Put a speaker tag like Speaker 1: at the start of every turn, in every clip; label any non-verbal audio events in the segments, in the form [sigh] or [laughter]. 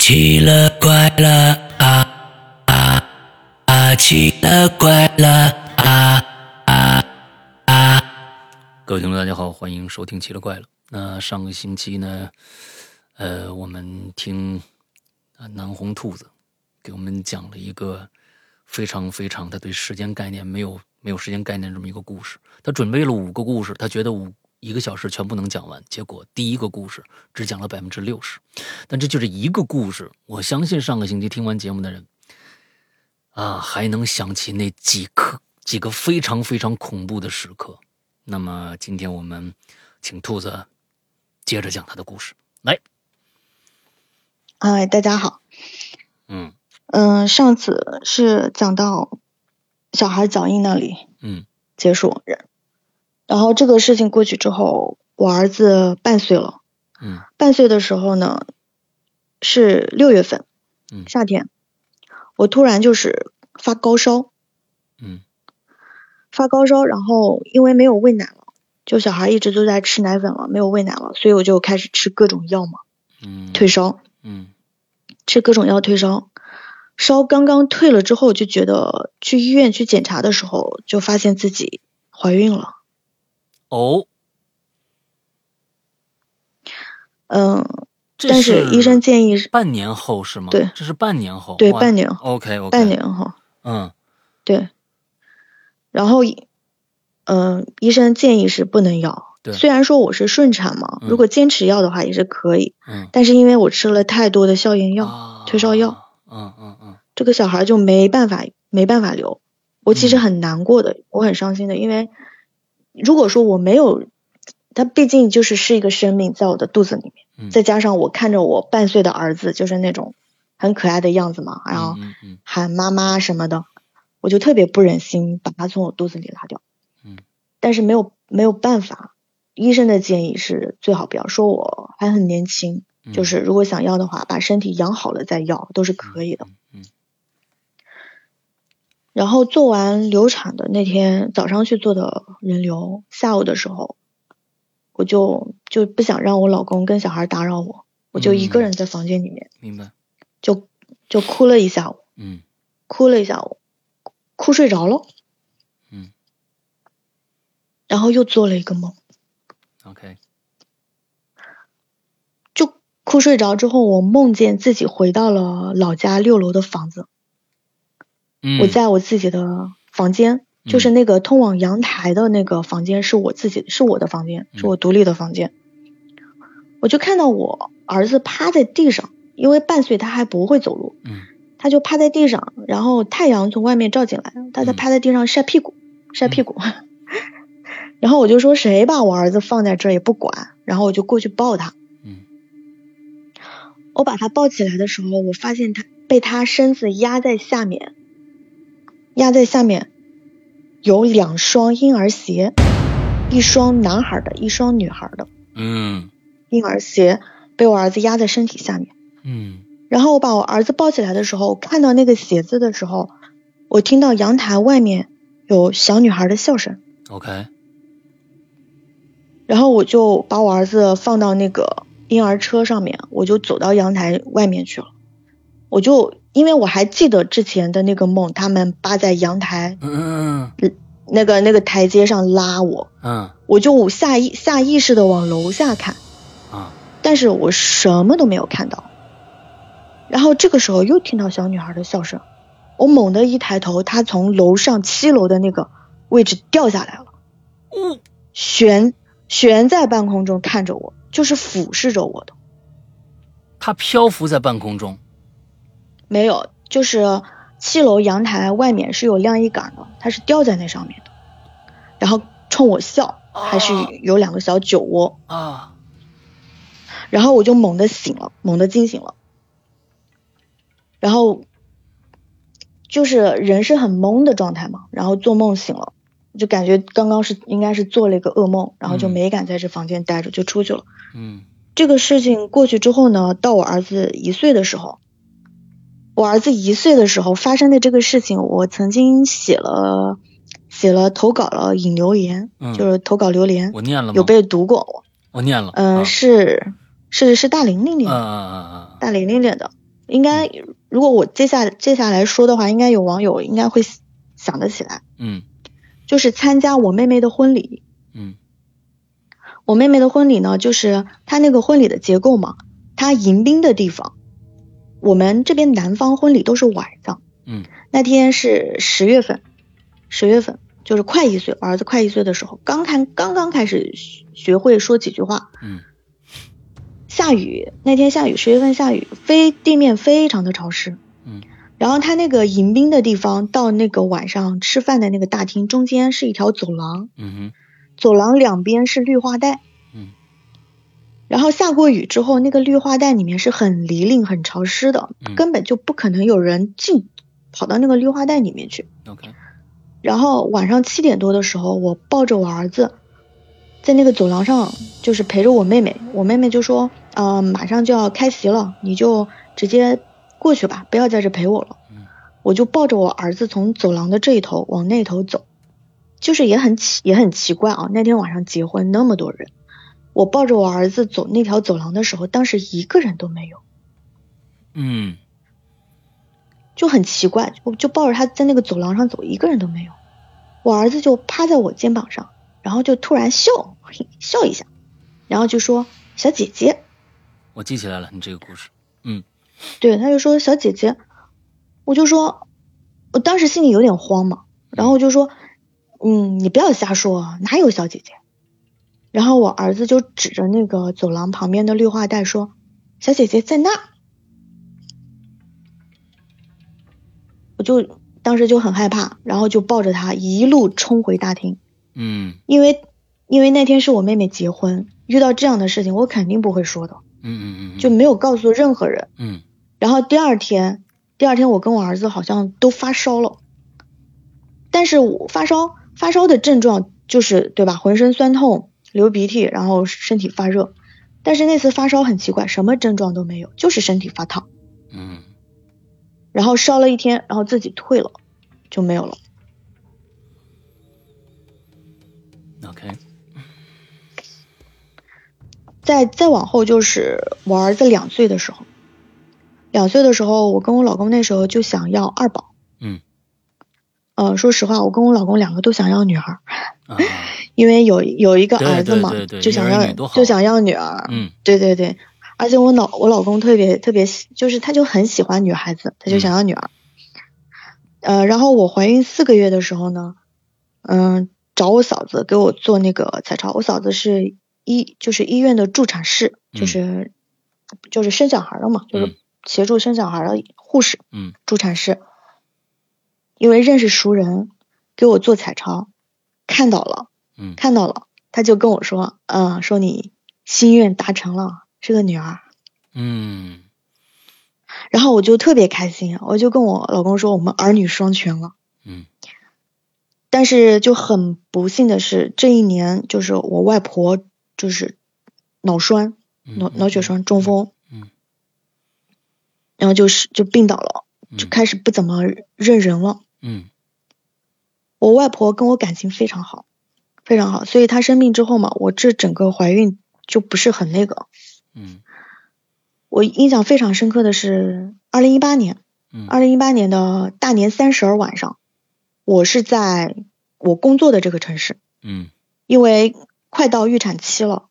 Speaker 1: 奇了怪了啊啊啊！奇了怪了啊啊啊！各位听众，大家好，欢迎收听《奇了怪了》。那上个星期呢，呃，我们听啊南红兔子给我们讲了一个非常非常他对时间概念没有没有时间概念这么一个故事。他准备了五个故事，他觉得五一个小时全部能讲完，结果第一个故事只讲了百分之六十。但这就是一个故事。我相信上个星期听完节目的人，啊，还能想起那几刻几个非常非常恐怖的时刻。那么今天我们请兔子接着讲他的故事。来，
Speaker 2: 哎，大家好，
Speaker 1: 嗯
Speaker 2: 嗯、上次是讲到小孩脚印那里
Speaker 1: 嗯
Speaker 2: 结束，然然后这个事情过去之后，我儿子半岁了，
Speaker 1: 嗯
Speaker 2: 半岁的时候呢是六月份，
Speaker 1: 嗯
Speaker 2: 夏天，我突然就是发高烧，
Speaker 1: 嗯
Speaker 2: 发高烧，然后因为没有喂奶了，就小孩一直都在吃奶粉了，没有喂奶了，所以我就开始吃各种药嘛，
Speaker 1: 嗯，
Speaker 2: 退烧，
Speaker 1: 嗯
Speaker 2: 吃各种药退烧，烧刚刚退了之后，就觉得去医院去检查的时候，就发现自己怀孕了。
Speaker 1: 哦，
Speaker 2: 嗯，
Speaker 1: 这
Speaker 2: 但是医生建议是
Speaker 1: 半年后是吗？
Speaker 2: 对
Speaker 1: 这是半年后。
Speaker 2: 对
Speaker 1: 哇
Speaker 2: 半年后
Speaker 1: OK 哦 OK，
Speaker 2: 半。年后，
Speaker 1: 嗯
Speaker 2: 对。然后，嗯，医生建议是不能要。
Speaker 1: 对
Speaker 2: 虽然说我是顺产嘛，
Speaker 1: 嗯
Speaker 2: 如果坚持要的话也是可以，
Speaker 1: 嗯，
Speaker 2: 但是因为我吃了太多的消炎药，
Speaker 1: 啊
Speaker 2: 退烧药。
Speaker 1: 嗯嗯嗯
Speaker 2: 这个小孩就没办法没办法留。我其实
Speaker 1: 嗯
Speaker 2: 很难过的，我很伤心的，因为如果说我没有，他毕竟就是是一个生命在我的肚子里面，
Speaker 1: 嗯，
Speaker 2: 再加上我看着我半岁的儿子就是那种很可爱的样子嘛，然后
Speaker 1: 嗯嗯
Speaker 2: 喊妈妈什么的，我就特别不忍心把他从我肚子里拉掉。
Speaker 1: 嗯，
Speaker 2: 但是没有没有办法，医生的建议是最好不要说我还很年轻，
Speaker 1: 嗯，
Speaker 2: 就是如果想要的话，把身体养好了再要都是可以的。
Speaker 1: 嗯。嗯
Speaker 2: 然后做完流产的那天早上去做的人流，下午的时候，我就就不想让我老公跟小孩打扰我，我就一个人在房间里面、
Speaker 1: 嗯明白。
Speaker 2: 就就哭了一下午，
Speaker 1: 嗯
Speaker 2: 哭了一下午，哭睡着了，
Speaker 1: 嗯
Speaker 2: 然后又做了一个梦，
Speaker 1: ，OK，
Speaker 2: 就哭睡着之后，我梦见自己回到了老家六楼的房子，
Speaker 1: 嗯，
Speaker 2: 我在我自己的房间。就是
Speaker 1: 嗯
Speaker 2: 那个通往阳台的那个房间是我自己，是我的房间，
Speaker 1: 嗯
Speaker 2: 是我独立的房间。我就看到我儿子趴在地上，因为半岁他还不会走路，
Speaker 1: 嗯
Speaker 2: 他就趴在地上，然后太阳从外面照进来，他在
Speaker 1: 嗯
Speaker 2: 趴在地上晒屁股，晒屁股。 [laughs] 然后我就说谁把我儿子放在这儿也不管，然后我就过去抱他。
Speaker 1: 嗯
Speaker 2: 我把他抱起来的时候，我发现他被他身子压在下面，压在下面有两双婴儿鞋，一双男孩的，一双女孩的
Speaker 1: 嗯
Speaker 2: 婴儿鞋被我儿子压在身体下面。
Speaker 1: 嗯
Speaker 2: 然后我把我儿子抱起来的时候，看到那个鞋子的时候，我听到阳台外面有小女孩的笑声，
Speaker 1: ，OK，
Speaker 2: 然后我就把我儿子放到那个婴儿车上面，我就走到阳台外面去了。我就因为我还记得之前的那个梦，他们扒在阳台
Speaker 1: 嗯嗯
Speaker 2: 那个那个台阶上拉我，
Speaker 1: 嗯嗯
Speaker 2: 我就下意下意识的往楼下看，
Speaker 1: 啊，
Speaker 2: 但是我什么都没有看到。然后这个时候又听到小女孩的笑声，我猛地一抬头，她从楼上七楼的那个位置掉下来了，
Speaker 1: 嗯
Speaker 2: 悬悬在半空中看着我，就是俯视着我的，
Speaker 1: 它漂浮在半空中，
Speaker 2: 没有，就是呃七楼阳台外面是有晾衣杆的，它是吊在那上面的，然后冲我笑，还是
Speaker 1: 啊
Speaker 2: 有两个小酒窝。
Speaker 1: 啊，
Speaker 2: 然后我就猛地醒了，猛地惊醒了，然后就是人是很懵的状态嘛，然后做梦醒了，就感觉刚刚是应该是做了一个噩梦，然后就
Speaker 1: 嗯
Speaker 2: 没敢在这房间待着，就出去了。
Speaker 1: 嗯
Speaker 2: 这个事情过去之后呢，到我儿子一岁的时候，我儿子一岁的时候发生的这个事情，我曾经写了写了投稿了引流言，
Speaker 1: 嗯，
Speaker 2: 就是投稿榴莲
Speaker 1: 我念了吗？
Speaker 2: 有被读过，
Speaker 1: 我念了，
Speaker 2: 嗯、
Speaker 1: 啊
Speaker 2: 是是是大玲玲念的。
Speaker 1: 嗯嗯嗯嗯
Speaker 2: 大玲玲领的。应该如果我接下接下来说的话，应该有网友应该会想得起来，
Speaker 1: 嗯
Speaker 2: 就是参加我妹妹的婚礼。
Speaker 1: 嗯
Speaker 2: 我妹妹的婚礼呢，就是她那个婚礼的结构嘛，她迎宾的地方，我们这边南方婚礼都是晚上，
Speaker 1: 嗯
Speaker 2: 那天是十月份，十月份就是快一岁，我儿子快一岁的时候，刚开刚刚开始学学会说几句话，
Speaker 1: 嗯
Speaker 2: 下雨，那天下雨，十月份下雨，非地面非常的潮湿。
Speaker 1: 嗯
Speaker 2: 然后他那个迎宾的地方到那个晚上吃饭的那个大厅中间是一条走廊，
Speaker 1: 嗯
Speaker 2: 走廊两边是绿化带。
Speaker 1: 嗯
Speaker 2: 然后下过雨之后，那个绿化带里面是很泥泞、很潮湿的
Speaker 1: 嗯，
Speaker 2: 根本就不可能有人进跑到那个绿化带里面去。
Speaker 1: 哼，OK，
Speaker 2: 然后晚上七点多的时候，我抱着我儿子，在那个走廊上，就是陪着我妹妹。我妹妹就说：“呃，马上就要开席了，你就直接过去吧，不要在这陪我了。
Speaker 1: 嗯”
Speaker 2: 我就抱着我儿子从走廊的这一头往那头走，就是也很奇也很奇怪啊。那天晚上结婚那么多人，我抱着我儿子走那条走廊的时候，当时一个人都没有，
Speaker 1: 嗯
Speaker 2: 就很奇怪。我就抱着他在那个走廊上走，一个人都没有。我儿子就趴在我肩膀上，然后就突然笑笑一下，然后就说：“小姐姐。
Speaker 1: 我记起来了，你这个故事，”
Speaker 2: 对，他就说：“小姐姐。”我就说，我当时心里有点慌嘛，然后我就说：“嗯，你不要瞎说啊，哪有小姐姐？”然后我儿子就指着那个走廊旁边的绿化带说：“小姐姐在那。”我就当时就很害怕，然后就抱着他一路冲回大厅。
Speaker 1: 嗯
Speaker 2: 因为因为那天是我妹妹结婚，遇到这样的事情我肯定不会说的，
Speaker 1: 嗯嗯嗯，
Speaker 2: 就没有告诉任何人。
Speaker 1: 嗯
Speaker 2: 然后第二天，第二天我跟我儿子好像都发烧了，但是我发烧发烧的症状就是对吧，浑身酸痛、流鼻涕，然后身体发热。但是那次发烧很奇怪，什么症状都没有，就是身体发烫，
Speaker 1: 嗯
Speaker 2: 然后烧了一天，然后自己退了，就没有了。
Speaker 1: ，OK，
Speaker 2: 再再往后就是我儿子两岁的时候，两岁的时候，我跟我老公那时候就想要二宝。
Speaker 1: 嗯
Speaker 2: 呃，说实话，我跟我老公两个都想要女儿， [sniffs]
Speaker 1: 啊，
Speaker 2: 因为有有一个
Speaker 1: 对
Speaker 2: 儿子
Speaker 1: 对
Speaker 2: 嘛，
Speaker 1: 对对
Speaker 2: 就
Speaker 1: 一
Speaker 2: 想
Speaker 1: 儿
Speaker 2: 要
Speaker 1: 女多好
Speaker 2: 就想要女儿。
Speaker 1: 嗯
Speaker 2: 对对对，而且我老我老公特别特别喜，就是他就很喜欢女孩子，他就想要女儿。
Speaker 1: 嗯
Speaker 2: 呃，然后我怀孕四个月的时候呢，嗯、找我嫂子给我做那个彩超，我嫂子是医就是医院的助产士，
Speaker 1: 嗯
Speaker 2: 就是、就是生小孩的嘛，
Speaker 1: 嗯
Speaker 2: 就是协助生小孩的护士。
Speaker 1: 嗯
Speaker 2: 助产士，因为认识熟人，给我做彩超，看到了，
Speaker 1: 嗯
Speaker 2: 看到了，他就跟我说，嗯，说你心愿达成了，是个女儿。
Speaker 1: 嗯
Speaker 2: 然后我就特别开心，我就跟我老公说，我们儿女双全了。
Speaker 1: 嗯
Speaker 2: 但是就很不幸的是，这一年就是我外婆就是脑栓，
Speaker 1: 嗯，
Speaker 2: 脑脑血栓中风，
Speaker 1: 嗯
Speaker 2: 然后就是就病倒了，就
Speaker 1: 嗯
Speaker 2: 开始不怎么认人了。
Speaker 1: 嗯
Speaker 2: 我外婆跟我感情非常好，非常好，所以她生病之后嘛，我这整个怀孕就不是很那个。
Speaker 1: 嗯
Speaker 2: 我印象非常深刻的是，二零一八年，
Speaker 1: 嗯
Speaker 2: 二零一八年的大年三十儿晚上，我是在我工作的这个城市，
Speaker 1: 嗯
Speaker 2: 因为快到预产期了，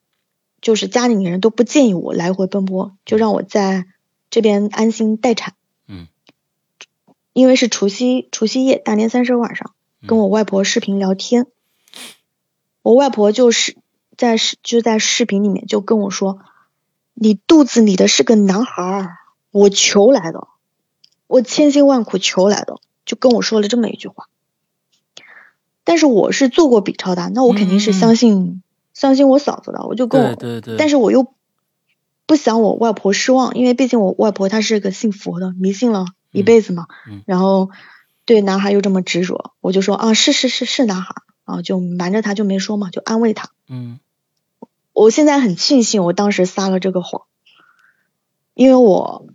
Speaker 2: 就是家里人都不建议我来回奔波，就让我在这边安心待产。
Speaker 1: 嗯，
Speaker 2: 因为是除夕，除夕夜，大年三十儿晚上。
Speaker 1: 嗯
Speaker 2: 跟我外婆视频聊天，我外婆就是在视就在视频里面就跟我说：“你肚子里的是个男孩儿，我求来的，我千辛万苦求来的。”就跟我说了这么一句话。但是我是做过 B 超的，那我肯定是相信、相信我嫂子的，我就跟我，
Speaker 1: 嗯对对对，
Speaker 2: 但
Speaker 1: 是
Speaker 2: 是我又不想我外婆失望，因为毕竟我外婆她是个信佛的，迷信了一辈子嘛，
Speaker 1: 嗯嗯
Speaker 2: 然后对男孩又这么执着，我就说啊，是是是是男孩啊，就瞒着他就没说嘛，就安慰他。
Speaker 1: 嗯
Speaker 2: 我现在很庆幸我当时撒了这个谎，因为我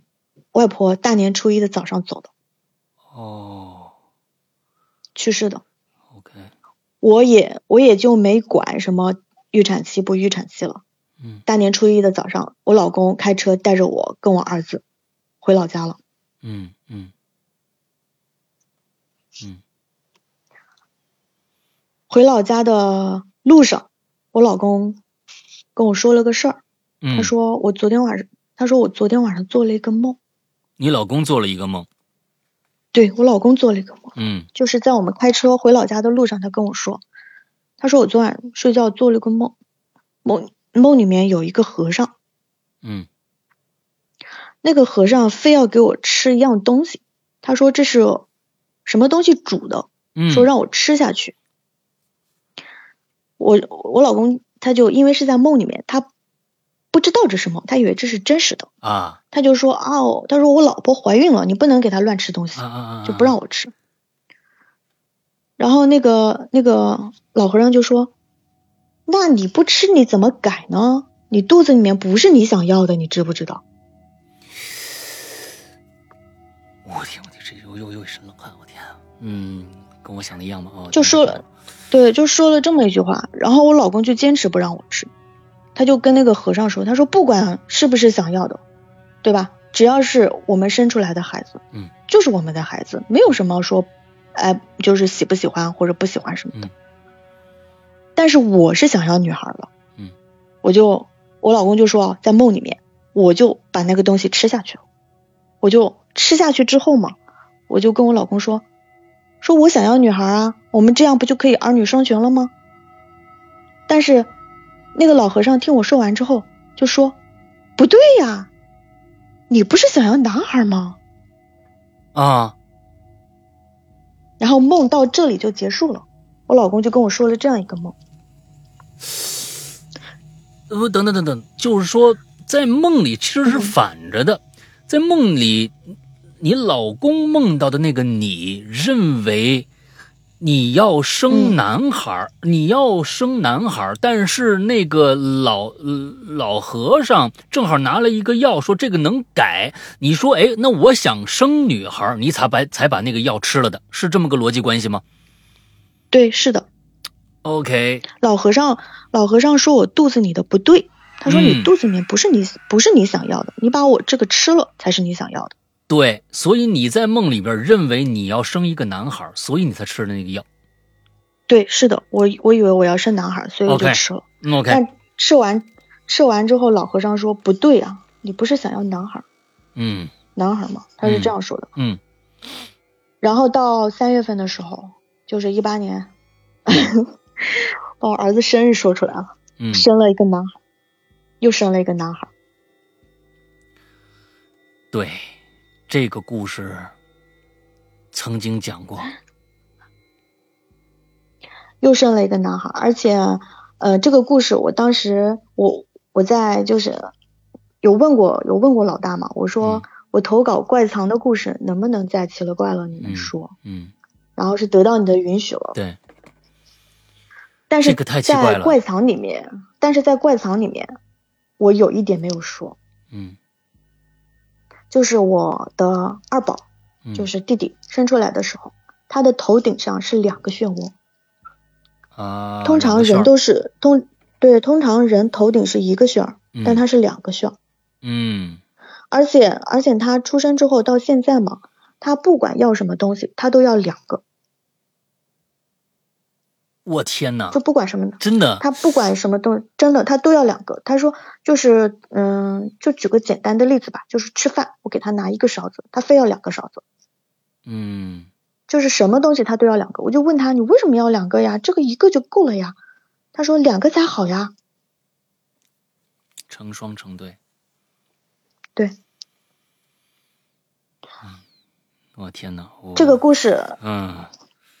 Speaker 2: 外婆大年初一的早上走的，
Speaker 1: 哦
Speaker 2: 去世的，
Speaker 1: ，OK，
Speaker 2: 我也我也就没管什么预产期不预产期了。
Speaker 1: 嗯
Speaker 2: 大年初一的早上，我老公开车带着我跟我儿子回老家了。
Speaker 1: 嗯嗯嗯
Speaker 2: 回老家的路上，我老公跟我说了个事儿，
Speaker 1: 嗯，
Speaker 2: 他说我昨天晚上，他说我昨天晚上做了一个梦，
Speaker 1: 你老公做了一个梦，
Speaker 2: 对我老公做了一个梦，
Speaker 1: 嗯
Speaker 2: 就是在我们开车回老家的路上，他跟我说，他说我昨晚睡觉做了个梦，梦梦里面有一个和尚，
Speaker 1: 嗯
Speaker 2: 那个和尚非要给我吃一样东西，他说这是什么东西煮的，
Speaker 1: 嗯，
Speaker 2: 说让我吃下去。我我老公他就因为是在梦里面，他不知道这是梦，他以为这是真实的，
Speaker 1: 啊
Speaker 2: 他就说啊、哦，他说我老婆怀孕了，你不能给她乱吃东西
Speaker 1: 啊，啊啊，
Speaker 2: 就不让
Speaker 1: 我
Speaker 2: 我吃。然后那个那个老和尚就说：“那你不吃你怎么改呢？你肚子里面不是你想要的，你知不知道？”
Speaker 1: 我天，我天，这又又又一身冷汗，我天，嗯，跟我想的一样吗？哦，
Speaker 2: 就说了，对，就说了这么一句话，然后我老公就坚持不让我吃，他就跟那个和尚说，他说不管是不是想要的，对吧？只要是我们生出来的孩子，
Speaker 1: 嗯，
Speaker 2: 就是我们的孩子，没有什么说，哎，就是喜不喜欢或者不喜欢什么的。
Speaker 1: 嗯
Speaker 2: 但是我是想要女孩了，
Speaker 1: 嗯，
Speaker 2: 我就我老公就说啊在梦里面，我就把那个东西吃下去了，我就吃下去之后嘛，我就跟我老公说，说我想要女孩啊，我们这样不就可以儿女双全了吗？但是那个老和尚听我说完之后就说：“不对呀，你不是想要男孩吗
Speaker 1: 啊，？”
Speaker 2: 然后梦到这里就结束了。我老公就跟我说了这样一个梦，
Speaker 1: 呃，等等等等，就是说在梦里其实是反着的，在梦里，你老公梦到的那个你认为你要生男孩儿、你要生男孩儿，但是那个老呃老和尚正好拿了一个药，说这个能改。你说，哎，那我想生女孩儿，你才把才把那个药吃了的，是这么个逻辑关系吗
Speaker 2: 对，是的，
Speaker 1: ？OK，
Speaker 2: 老和尚老和尚说我肚子里的不对，他说
Speaker 1: 嗯
Speaker 2: 你肚子里面不是你不是你想要的，你把我这个吃了才是你想要的。
Speaker 1: 对，所以你在梦里边认为你要生一个男孩儿，所以你才吃的那个药。
Speaker 2: 对，是的，我我以为我要生男孩，所以我就
Speaker 1: OK
Speaker 2: 吃了。
Speaker 1: 嗯 OK，
Speaker 2: 但吃完吃完之后，老和尚说不对啊，你不是想要男孩，
Speaker 1: 嗯
Speaker 2: 男孩嘛，他是
Speaker 1: 嗯
Speaker 2: 这样说的。
Speaker 1: 嗯
Speaker 2: 然后到三月份的时候，就是一八年， [laughs] 把我儿子生日说出来了，
Speaker 1: 嗯，
Speaker 2: 生了一个男孩，又生了一个男孩。
Speaker 1: 对，这个故事曾经讲过。
Speaker 2: 又生了一个男孩，而且，呃，这个故事我当时我我在就是有问过有问过老大嘛，我说、
Speaker 1: 嗯
Speaker 2: 我投稿怪藏的故事能不能在奇了怪了里
Speaker 1: 嗯
Speaker 2: 面说，
Speaker 1: 嗯，
Speaker 2: 然后是得到你的允许了，
Speaker 1: 对，
Speaker 2: 但
Speaker 1: 这
Speaker 2: 是
Speaker 1: 个太奇怪
Speaker 2: 在
Speaker 1: 了
Speaker 2: 怪藏里面，但是在怪藏里面，我有一点没有说，
Speaker 1: 嗯
Speaker 2: 就是我的二宝，
Speaker 1: 嗯，
Speaker 2: 就是弟弟生出来的时候，他的头顶上是两个漩涡，
Speaker 1: 啊，两
Speaker 2: 通常
Speaker 1: 个旋
Speaker 2: 人
Speaker 1: 儿
Speaker 2: 都是通对，通常人头顶是一个旋儿，
Speaker 1: 嗯
Speaker 2: 但它是两个旋儿，
Speaker 1: 嗯
Speaker 2: 而且而且他出生之后到现在嘛，他不管要什么东西，他都要两个，
Speaker 1: 我天哪
Speaker 2: 就，不管什么，
Speaker 1: 真的，
Speaker 2: 他不管什么东，真的他都要两个。他说就是嗯，就举个简单的例子吧，就是吃饭，我给他拿一个勺子，他非要两个勺子。
Speaker 1: 嗯
Speaker 2: 就是什么东西他都要两个，我就问他你为什么要两个呀？这个一个就够了呀。他说两个才好呀。
Speaker 1: 成双成对。
Speaker 2: 对
Speaker 1: 嗯。我天哪，我
Speaker 2: 这个故事，
Speaker 1: 嗯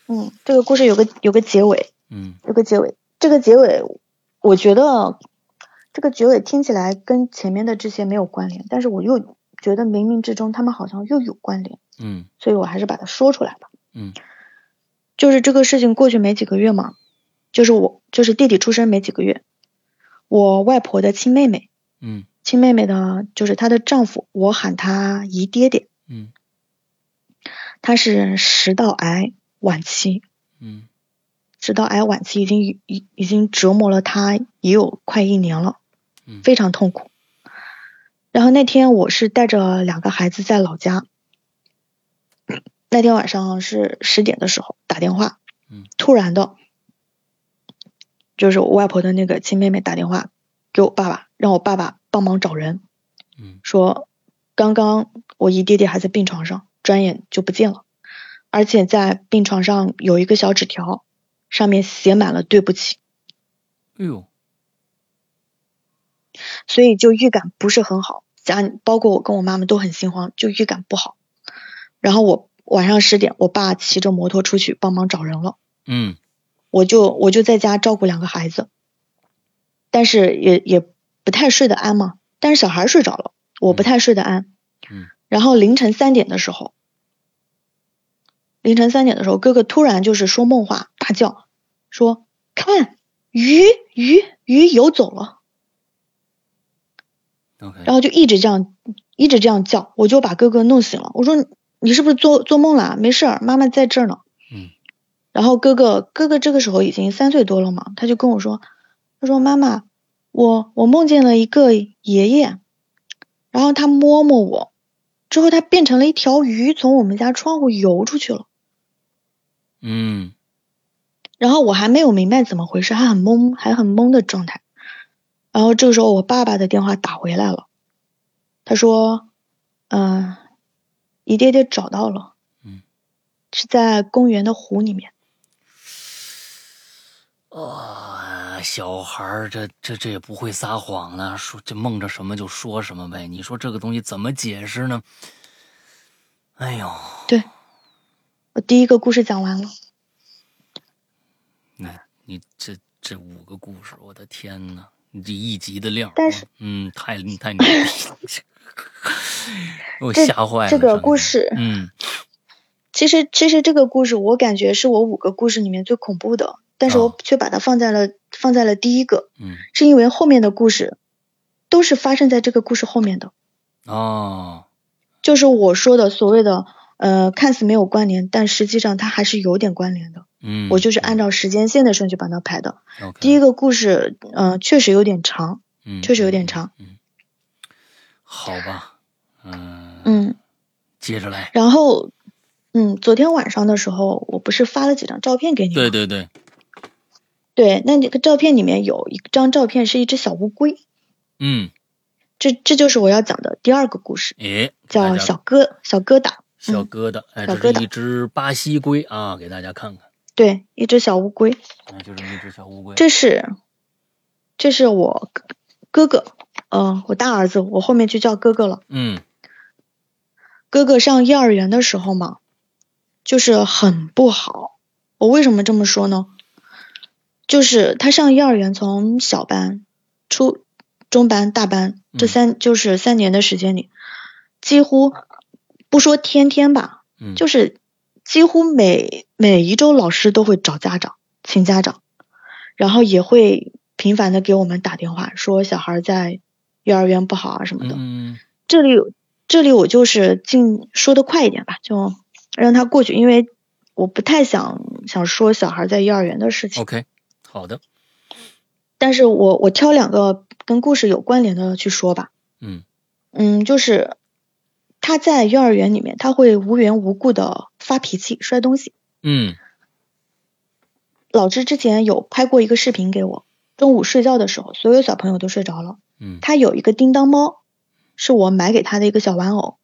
Speaker 2: 嗯，这个故事有个有个结尾，
Speaker 1: 嗯
Speaker 2: 有个结尾。这个结尾，我觉得这个结尾听起来跟前面的这些没有关联，但是我又觉得冥冥之中他们好像又有关联，
Speaker 1: 嗯
Speaker 2: 所以我还是把它说出来吧。
Speaker 1: 嗯
Speaker 2: 就是这个事情过去没几个月嘛，就是我就是弟弟出生没几个月，我外婆的亲妹妹，
Speaker 1: 嗯
Speaker 2: 亲妹妹的就是她的丈夫，我喊她姨爹爹，
Speaker 1: 嗯
Speaker 2: 她是食道癌晚期，
Speaker 1: 嗯
Speaker 2: 直到癌晚期已经已已经折磨了他也有快一年了
Speaker 1: 嗯，
Speaker 2: 非常痛苦。然后那天我是带着两个孩子在老家，那天晚上是十点的时候打电话，
Speaker 1: 嗯
Speaker 2: 突然的，就是我外婆的那个亲妹妹打电话给我爸爸，让我爸爸帮忙找人，
Speaker 1: 嗯
Speaker 2: 说刚刚我姨爹爹还在病床上，转眼就不见了，而且在病床上有一个小纸条，上面写满了对不起，
Speaker 1: 哎呦，
Speaker 2: 所以就预感不是很好，家包括我跟我妈妈都很心慌，就预感不好。然后我晚上十点，我爸骑着摩托出去帮忙找人了，
Speaker 1: 嗯
Speaker 2: 我就我就在家照顾两个孩子，但是也也不太睡得安嘛，但是小孩睡着了，我不太睡得安。
Speaker 1: 嗯
Speaker 2: 然后凌晨三点的时候，凌晨三点的时候，哥哥突然就是说梦话，大叫说：“看，鱼鱼鱼游走了。”
Speaker 1: ，OK，
Speaker 2: 然后就一直这样，一直这样叫，我就把哥哥弄醒了。我说你是不是做做梦啦？没事儿，妈妈在这儿呢。
Speaker 1: 嗯。
Speaker 2: 然后哥哥哥哥这个时候已经三岁多了嘛，他就跟我说，他说妈妈，我我梦见了一个爷爷，然后他摸摸我，之后他变成了一条鱼，从我们家窗户游出去了。
Speaker 1: 嗯
Speaker 2: 然后我还没有明白怎么回事，还很懵，还很懵的状态。然后这个时候，我爸爸的电话打回来了，他说：“嗯、姨爹爹找到了，
Speaker 1: 嗯，
Speaker 2: 是在公园的湖里面。
Speaker 1: 啊、小孩儿这这这也不会撒谎呢，说这梦着什么就说什么呗。你说这个东西怎么解释呢？哎呦，”
Speaker 2: 我第一个故事讲完了，
Speaker 1: 那你这这五个故事，我的天呐，你这一集的量，
Speaker 2: 但是
Speaker 1: 嗯，太太牛逼
Speaker 2: [laughs]
Speaker 1: 了，我
Speaker 2: 这
Speaker 1: 吓坏了。
Speaker 2: 这个
Speaker 1: 真的
Speaker 2: 故事
Speaker 1: 嗯
Speaker 2: 其实其实这个故事我感觉是我五个故事里面最恐怖的，但是
Speaker 1: 哦
Speaker 2: 我却把它放在了、放在了第一个，
Speaker 1: 嗯
Speaker 2: 是因为后面的故事都是发生在这个故事后面的。
Speaker 1: 哦，
Speaker 2: 就是我说的所谓的，呃，看似没有关联，但实际上它还是有点关联的。
Speaker 1: 嗯，
Speaker 2: 我就是按照时间线的顺序把它排的。第一
Speaker 1: 个
Speaker 2: 个故事，呃，确实有点长，确实有点，
Speaker 1: 嗯
Speaker 2: 长。
Speaker 1: 嗯嗯嗯好吧，嗯
Speaker 2: 嗯，
Speaker 1: 接着来，
Speaker 2: 然后，嗯，昨天晚上的时候，我不是发了几张照片给你吗？
Speaker 1: 对对对，
Speaker 2: 对那这个照片里面有一张照片是一只小乌龟，
Speaker 1: 嗯，
Speaker 2: 这这就是我要讲的第二个故事，
Speaker 1: 诶，
Speaker 2: 叫
Speaker 1: 哎大家
Speaker 2: 小疙小疙瘩。
Speaker 1: 小疙瘩，哎，
Speaker 2: 小
Speaker 1: 这
Speaker 2: 疙
Speaker 1: 是
Speaker 2: 瘩
Speaker 1: 一只巴西龟啊，给大家看看，
Speaker 2: 对，一只小乌龟。
Speaker 1: 啊，就这么一只小乌龟，
Speaker 2: 这是，这是我哥哥，呃，我大儿子，我后面就叫哥哥了。
Speaker 1: 嗯
Speaker 2: 哥哥上幼儿园的时候嘛，就是很不好。我为什么这么说呢？就是他上幼儿园，从小班、初、中班、大班这
Speaker 1: 嗯
Speaker 2: 三、就是三年的时间里，几乎不说天天吧，
Speaker 1: 嗯，
Speaker 2: 就是几乎每每一周老师都会找家长，请家长，然后也会频繁的给我们打电话，说小孩在幼儿园不好啊什么的。
Speaker 1: 嗯嗯
Speaker 2: 这里这里我就是尽说的快一点吧，就让他过去，因为我不太想想说小孩在幼儿园的事情。
Speaker 1: ，OK，好的，
Speaker 2: 但是我我挑两个跟故事有关联的去说吧。
Speaker 1: 嗯
Speaker 2: 嗯，就是他在幼儿园里面，他会无缘无故的发脾气、摔东西。
Speaker 1: 嗯
Speaker 2: 老师之前有拍过一个视频给我，中午睡觉的时候，所有小朋友都睡着了。
Speaker 1: 嗯，
Speaker 2: 他有一个叮当猫，是我买给他的一个小玩偶。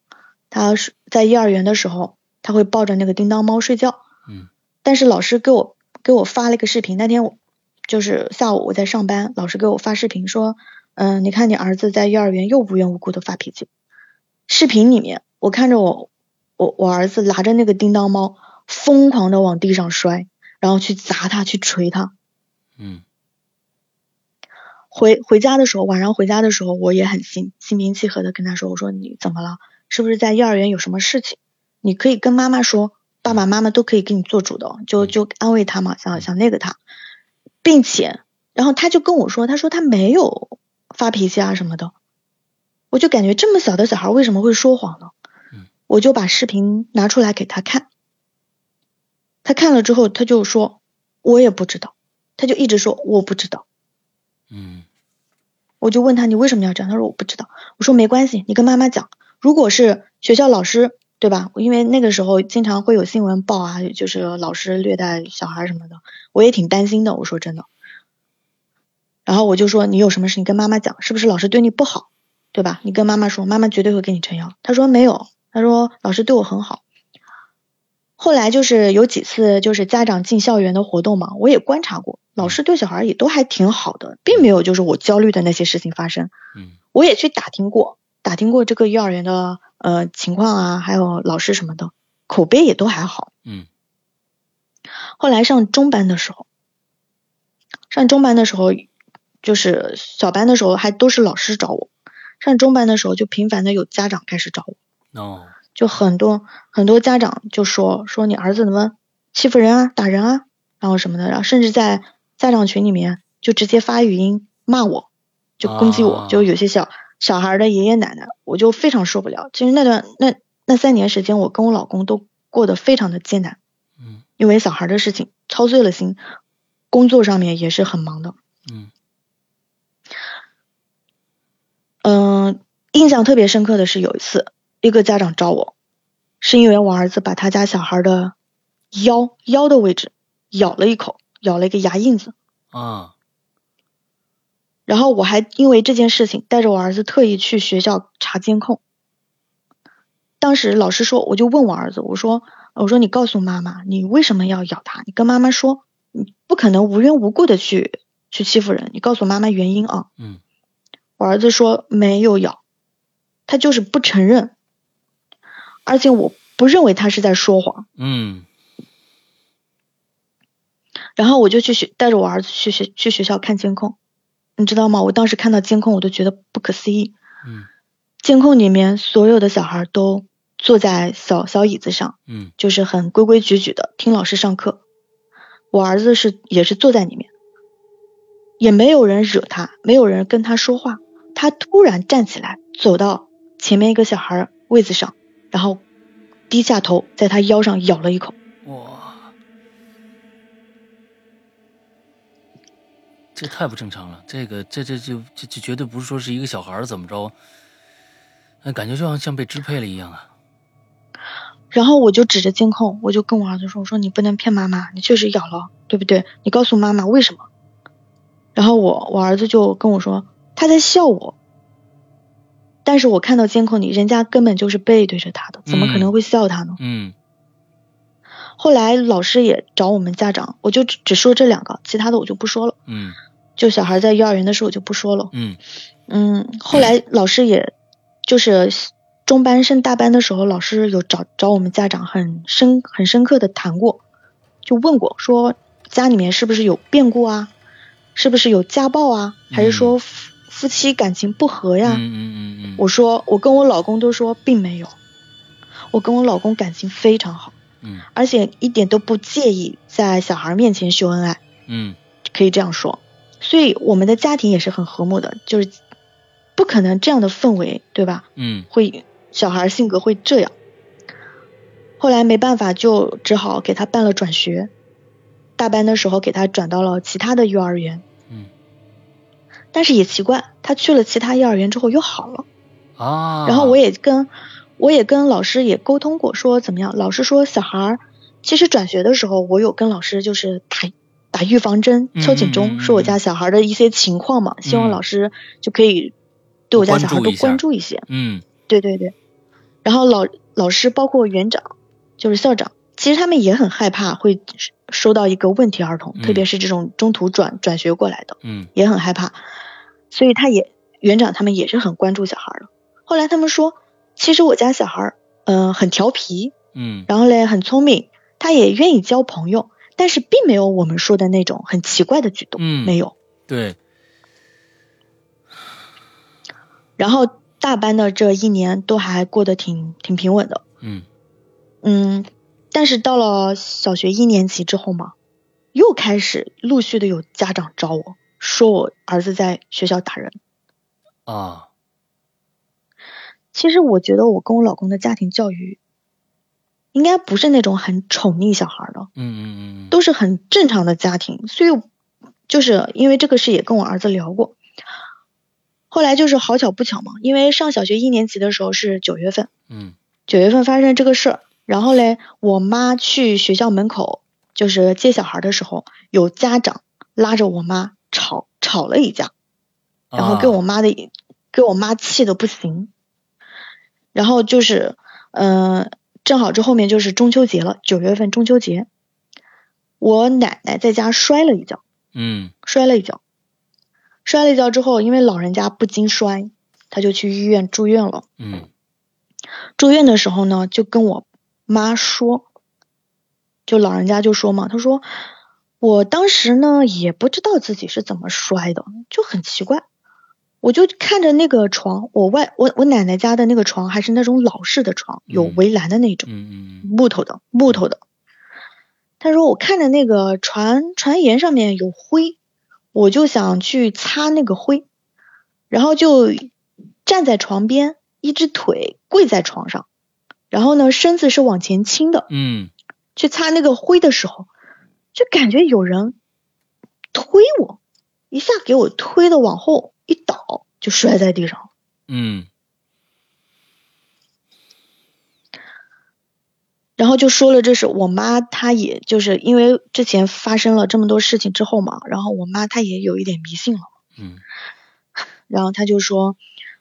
Speaker 2: 他是在幼儿园的时候，他会抱着那个叮当猫睡觉。
Speaker 1: 嗯
Speaker 2: 但是老师给我给我发了一个视频，那天我就是下午我在上班，老师给我发视频说，嗯，你看你儿子在幼儿园又无缘无故的发脾气。视频里面我看着我我我儿子拿着那个叮当猫疯狂的往地上摔，然后去砸它，去捶它。
Speaker 1: 嗯
Speaker 2: 回回家的时候，晚上回家的时候，我也很心心平气和的跟他说：“我说你怎么了？是不是在幼儿园有什么事情？你可以跟妈妈说，爸爸妈妈都可以给你做主的哦，就
Speaker 1: 嗯
Speaker 2: 就安慰他嘛，想想那个他，并且，然后他就跟我说，他说他没有发脾气啊什么的，我就感觉这么小的小孩为什么会说谎呢
Speaker 1: 嗯？
Speaker 2: 我就把视频拿出来给他看，他看了之后，他就说我也不知道，他就一直说我不知道。
Speaker 1: 嗯
Speaker 2: 我就问他你为什么要这样？他说我不知道。我说没关系，你跟妈妈讲。如果是学校老师，对吧？因为那个时候经常会有新闻报啊，就是老师虐待小孩什么的，我也挺担心的。我说真的。然后我就说你有什么事你跟妈妈讲，是不是老师对你不好，对吧？你跟妈妈说，妈妈绝对会给你撑腰。他说没有，他说老师对我很好。后来就是有几次就是家长进校园的活动嘛，我也观察过，老师对小孩也都还挺好的，并没有就是我焦虑的那些事情发生。
Speaker 1: 嗯
Speaker 2: 我也去打听过，打听过这个幼儿园的呃情况啊，还有老师什么的，口碑也都还好。
Speaker 1: 嗯
Speaker 2: 后来上中班的时候，上中班的时候，就是小班的时候还都是老师找我，上中班的时候就频繁的有家长开始找我，
Speaker 1: 哦
Speaker 2: 就很多很多家长就说说你儿子怎么欺负人啊、打人啊，然后什么的，然后甚至在家长群里面就直接发语音骂我，就攻击我，
Speaker 1: 啊
Speaker 2: 就有些小小孩的爷爷奶奶，我就非常受不了。其实那段那那三年时间，我跟我老公都过得非常的艰难。
Speaker 1: 嗯
Speaker 2: 因为小孩的事情操碎了心，工作上面也是很忙的。
Speaker 1: 嗯
Speaker 2: 嗯、印象特别深刻的是有一次，一个家长找我，是因为我儿子把他家小孩的腰腰的位置咬了一口，咬了一个牙印子。
Speaker 1: 啊
Speaker 2: 然后我还因为这件事情带着我儿子特意去学校查监控。当时老师说，我就问我儿子，我说，我说你告诉妈妈，你为什么要咬他？你跟妈妈说，你不可能无缘无故的去去欺负人，你告诉妈妈原因啊。
Speaker 1: 嗯
Speaker 2: 我儿子说没有咬，他就是不承认，而且我不认为他是在说谎。
Speaker 1: 嗯
Speaker 2: 然后我就去学，带着我儿子去学去学校看监控，你知道吗？我当时看到监控，我都觉得不可思议。
Speaker 1: 嗯
Speaker 2: 监控里面所有的小孩都坐在小小椅子上，
Speaker 1: 嗯
Speaker 2: 就是很规规矩矩的听老师上课。我儿子是也是坐在里面，也没有人惹他，没有人跟他说话。他突然站起来，走到前面一个小孩位子上，然后低下头，在他腰上咬了一口。
Speaker 1: 哇，这太不正常了！这个这这这这这绝对不是说是一个小孩儿怎么着，那感觉就像像被支配了一样啊！
Speaker 2: 然后我就指着监控，我就跟我儿子说：“我说你不能骗妈妈，你确实咬了，对不对？你告诉妈妈为什么。”然后我我儿子就跟我说他在笑我，但是我看到监控里人家根本就是背对着他的，怎么可能会笑他呢？
Speaker 1: 嗯
Speaker 2: 后来老师也找我们家长，我就只只说这两个，其他的我就不说了。
Speaker 1: 嗯
Speaker 2: 就小孩在幼儿园的事我就不说了。
Speaker 1: 嗯
Speaker 2: 嗯，后来老师也就是中班升大班的时候，老师有找找我们家长很深很深刻的谈过，就问过说家里面是不是有变故啊，是不是有家暴啊，还是说夫夫妻感情不和呀？
Speaker 1: 嗯嗯嗯嗯，
Speaker 2: 我说我跟我老公都说并没有，我跟我老公感情非常好，
Speaker 1: 嗯
Speaker 2: 而且一点都不介意在小孩面前秀恩爱。
Speaker 1: 嗯
Speaker 2: 可以这样说。所以我们的家庭也是很和睦的，就是不可能这样的氛围，对吧？
Speaker 1: 嗯
Speaker 2: 会小孩性格会这样。后来没办法，就只好给他办了转学。大班的时候给他转到了其他的幼儿园，
Speaker 1: 嗯
Speaker 2: 但是也奇怪，他去了其他幼儿园之后又好了。
Speaker 1: 啊！
Speaker 2: 然后我也跟我也跟老师也沟通过，说怎么样？老师说小孩儿其实转学的时候，我有跟老师就是打打预防针、
Speaker 1: 嗯
Speaker 2: 敲
Speaker 1: 嗯
Speaker 2: 警
Speaker 1: 嗯
Speaker 2: 钟，说我家小孩儿的一些情况嘛，希望
Speaker 1: 嗯
Speaker 2: 老师就可以对我家
Speaker 1: 关
Speaker 2: 小孩
Speaker 1: 注
Speaker 2: 多
Speaker 1: 一下
Speaker 2: 关注一些。
Speaker 1: 嗯
Speaker 2: 对对对。然后老老师包括园长，就是校长，其实他们也很害怕会收到一个问题儿童，特
Speaker 1: 嗯
Speaker 2: 别是这种中途转转学过来的。
Speaker 1: 嗯
Speaker 2: 也很害怕，所以他也园长他们也是很关注小孩儿的。后来他们说，其实我家小孩儿，嗯、很调皮，
Speaker 1: 嗯
Speaker 2: 然后嘞很聪明，他也愿意交朋友，但是并没有我们说的那种很奇怪的举动，
Speaker 1: 嗯
Speaker 2: 没有。
Speaker 1: 对
Speaker 2: 然后大班的这一年都还过得挺挺平稳的，
Speaker 1: 嗯
Speaker 2: 嗯，但是到了小学一年级之后嘛，又开始陆续的有家长找我说我儿子在学校打人。
Speaker 1: 啊
Speaker 2: 其实我觉得我跟我老公的家庭教育，应该不是那种很宠溺小孩儿的，
Speaker 1: 嗯嗯嗯嗯
Speaker 2: 都是很正常的家庭。所以，就是因为这个事也跟我儿子聊过，后来就是好巧不巧嘛，因为上小学一年级的时候是九月份，
Speaker 1: 嗯
Speaker 2: 九月份发生这个事儿，然后嘞，我妈去学校门口就是接小孩的时候，有家长拉着我妈吵吵了一架，
Speaker 1: 啊
Speaker 2: 然后给我妈的、给我妈气的不行，然后就是嗯、呃正好这后面就是中秋节了，九月份中秋节，我奶奶在家摔了一跤，
Speaker 1: 嗯
Speaker 2: 摔了一跤，摔了一跤之后，因为老人家不经摔，她就去医院住院了。
Speaker 1: 嗯
Speaker 2: 住院的时候呢，就跟我妈说，就老人家就说嘛，他说我当时呢也不知道自己是怎么摔的，就很奇怪，我就看着那个床，我外我我奶奶家的那个床还是那种老式的床，有
Speaker 1: 嗯
Speaker 2: 围栏的那种，
Speaker 1: 嗯嗯
Speaker 2: 木头的木头的。他说我看着那个船船沿上面有灰，我就想去擦那个灰，然后就站在床边，一只腿跪在床上，然后呢身子是往前倾的，
Speaker 1: 嗯
Speaker 2: 去擦那个灰的时候，就感觉有人推我，一下给我推的往后一倒，就摔在地上了。
Speaker 1: 嗯
Speaker 2: 然后就说了，这是我妈，她也就是因为之前发生了这么多事情之后嘛，然后我妈她也有一点迷信了，
Speaker 1: 嗯
Speaker 2: 然后她就说，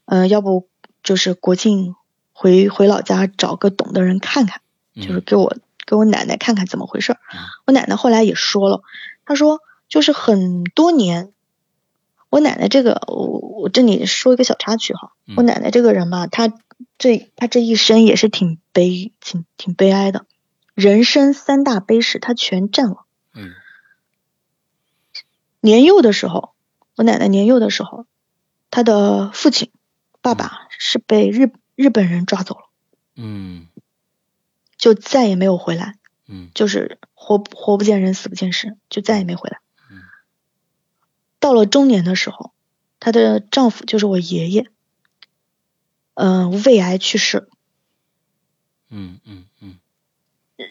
Speaker 2: 嗯、要不就是国庆回回老家找个懂的人看看，
Speaker 1: 嗯，
Speaker 2: 就是给我给我奶奶看看怎么回事儿
Speaker 1: 嗯。
Speaker 2: 我奶奶后来也说了，她说就是很多年，我奶奶这个，我我这里说一个小插曲哈，我
Speaker 1: 嗯
Speaker 2: 奶奶这个人吧，她这她这一生也是挺悲挺挺悲哀的，人生三大悲事她全占了。
Speaker 1: 嗯
Speaker 2: 年幼的时候，我奶奶年幼的时候，她的父亲爸爸是被日日本人抓走了，
Speaker 1: 嗯
Speaker 2: 就再也没有回来。
Speaker 1: 嗯
Speaker 2: 就是活不活不见人，死不见尸，就再也没回来
Speaker 1: 嗯。
Speaker 2: 到了中年的时候，她的丈夫就是我爷爷，嗯、胃癌去世，
Speaker 1: 嗯嗯嗯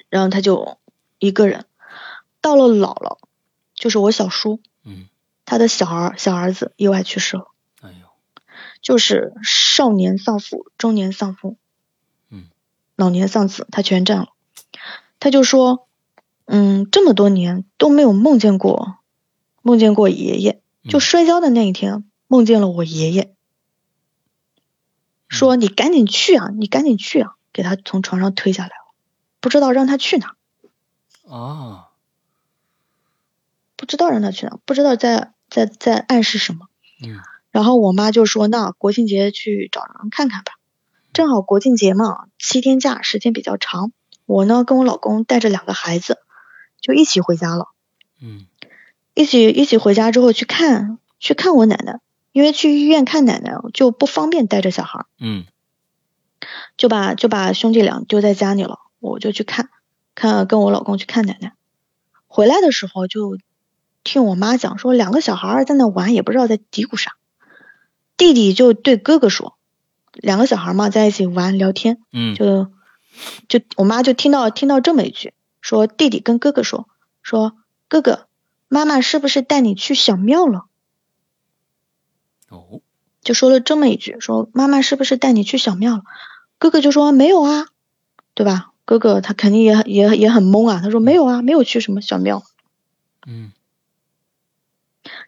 Speaker 2: 然后她就一个人。到了姥姥，就是我小叔，
Speaker 1: 嗯，
Speaker 2: 他的小儿小儿子意外去世了，
Speaker 1: 哎呦，
Speaker 2: 就是少年丧父，中年丧夫，
Speaker 1: 嗯，
Speaker 2: 老年丧子，他全占了。他就说，嗯，这么多年都没有梦见过，梦见过爷爷，就摔跤的那一天，梦见了我爷爷，说你赶紧去啊，你赶紧去啊，给他从床上推下来了，不知道让他去哪，
Speaker 1: 啊，
Speaker 2: 不知道让他去哪，不知道在在在暗示什么。
Speaker 1: 嗯
Speaker 2: 然后我妈就说，那国庆节去找人看看吧，正好国庆节嘛，七天假时间比较长，我呢跟我老公带着两个孩子，就一起回家了。
Speaker 1: 嗯
Speaker 2: 一起一起回家之后去看去看我奶奶，因为去医院看奶奶就不方便带着小孩儿，
Speaker 1: 嗯
Speaker 2: 就把就把兄弟俩丢在家里了，我就去看看跟我老公去看奶奶。回来的时候就听我妈讲说，两个小孩儿在那玩，也不知道在嘀咕啥。弟弟就对哥哥说，两个小孩儿嘛在一起玩聊天，
Speaker 1: 嗯
Speaker 2: 就就我妈就听到听到这么一句，说弟弟跟哥哥说说哥哥，妈妈是不是带你去小庙了？
Speaker 1: 哦，
Speaker 2: 就说了这么一句，说妈妈是不是带你去小庙了？哥哥就说没有啊，对吧？哥哥他肯定也很也也很懵啊，他说没有啊，没有去什么小庙。
Speaker 1: 嗯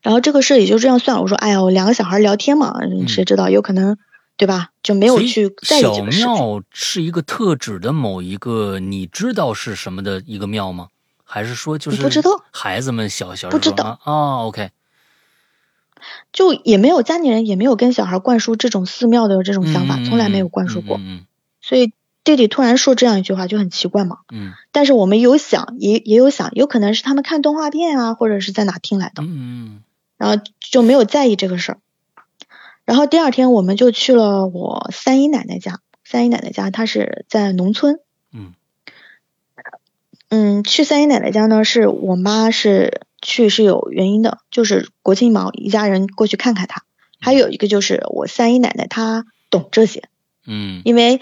Speaker 2: 然后这个事也就这样算了。我说哎呀，我两个小孩聊天嘛，嗯谁知道有可能对吧？就没有
Speaker 1: 嗯所以
Speaker 2: 去在意
Speaker 1: 小
Speaker 2: 这个事情。
Speaker 1: 庙是一个特指的某一个你知道是什么的一个庙吗？还是说就是
Speaker 2: 我不知道
Speaker 1: 孩子们小小时候
Speaker 2: 不知道
Speaker 1: 啊啊？OK，
Speaker 2: 就也没有家里人也没有跟小孩灌输这种寺庙的这种想法，
Speaker 1: 嗯
Speaker 2: 从来没有灌输过。
Speaker 1: 嗯
Speaker 2: 所以弟弟突然说这样一句话就很奇怪嘛。
Speaker 1: 嗯
Speaker 2: 但是我们有想，也也有想，有可能是他们看动画片啊，或者是在哪听来的，
Speaker 1: 嗯
Speaker 2: 然后就没有在意这个事儿。然后第二天我们就去了我三姨奶奶家，三姨奶奶家她是在农村，
Speaker 1: 嗯
Speaker 2: 嗯，去三姨奶奶家呢，是我妈是去是有原因的，就是国庆嘛，一家人过去看看她。还有一个就是我三姨奶奶她懂这些，
Speaker 1: 嗯
Speaker 2: 因为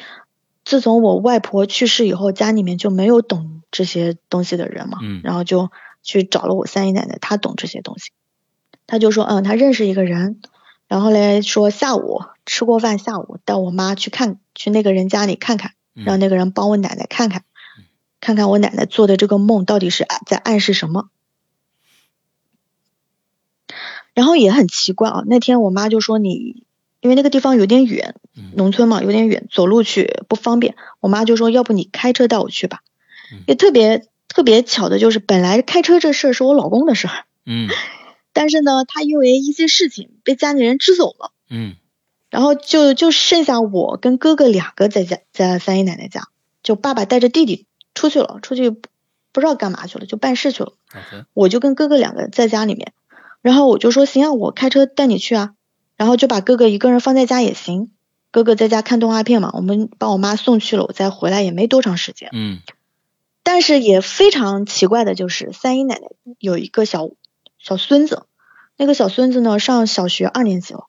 Speaker 2: 自从我外婆去世以后，家里面就没有懂这些东西的人嘛，
Speaker 1: 嗯
Speaker 2: 然后就去找了我三姨奶奶，她懂这些东西，她就说，嗯，她认识一个人，然后嘞说下午吃过饭，下午带我妈去看去那个人家里看看，
Speaker 1: 嗯
Speaker 2: 让那个人帮我奶奶看看，看看我奶奶做的这个梦到底是暗在暗示什么。然后也很奇怪啊，那天我妈就说你，因为那个地方有点远，
Speaker 1: 嗯
Speaker 2: 农村嘛有点远，走路去不方便。我妈就说，要不你开车带我去吧
Speaker 1: 嗯。
Speaker 2: 也特别特别巧的就是，本来开车这事儿是我老公的事儿，
Speaker 1: 嗯
Speaker 2: 但是呢，他因为一些事情被家里人支走了，
Speaker 1: 嗯
Speaker 2: 然后就就剩下我跟哥哥两个在家，在三姨奶奶家，就爸爸带着弟弟出去了，出去不不知道干嘛去了，就办事去了。
Speaker 1: ，OK，
Speaker 2: 我就跟哥哥两个在家里面，然后我就说行啊，我开车带你去啊，然后就把哥哥一个人放在家也行，哥哥在家看动画片嘛，我们把我妈送去了，我再回来也没多长时间。
Speaker 1: 嗯
Speaker 2: 但是也非常奇怪的就是，三姨奶奶有一个小小孙子，那个小孙子呢上小学二年级了，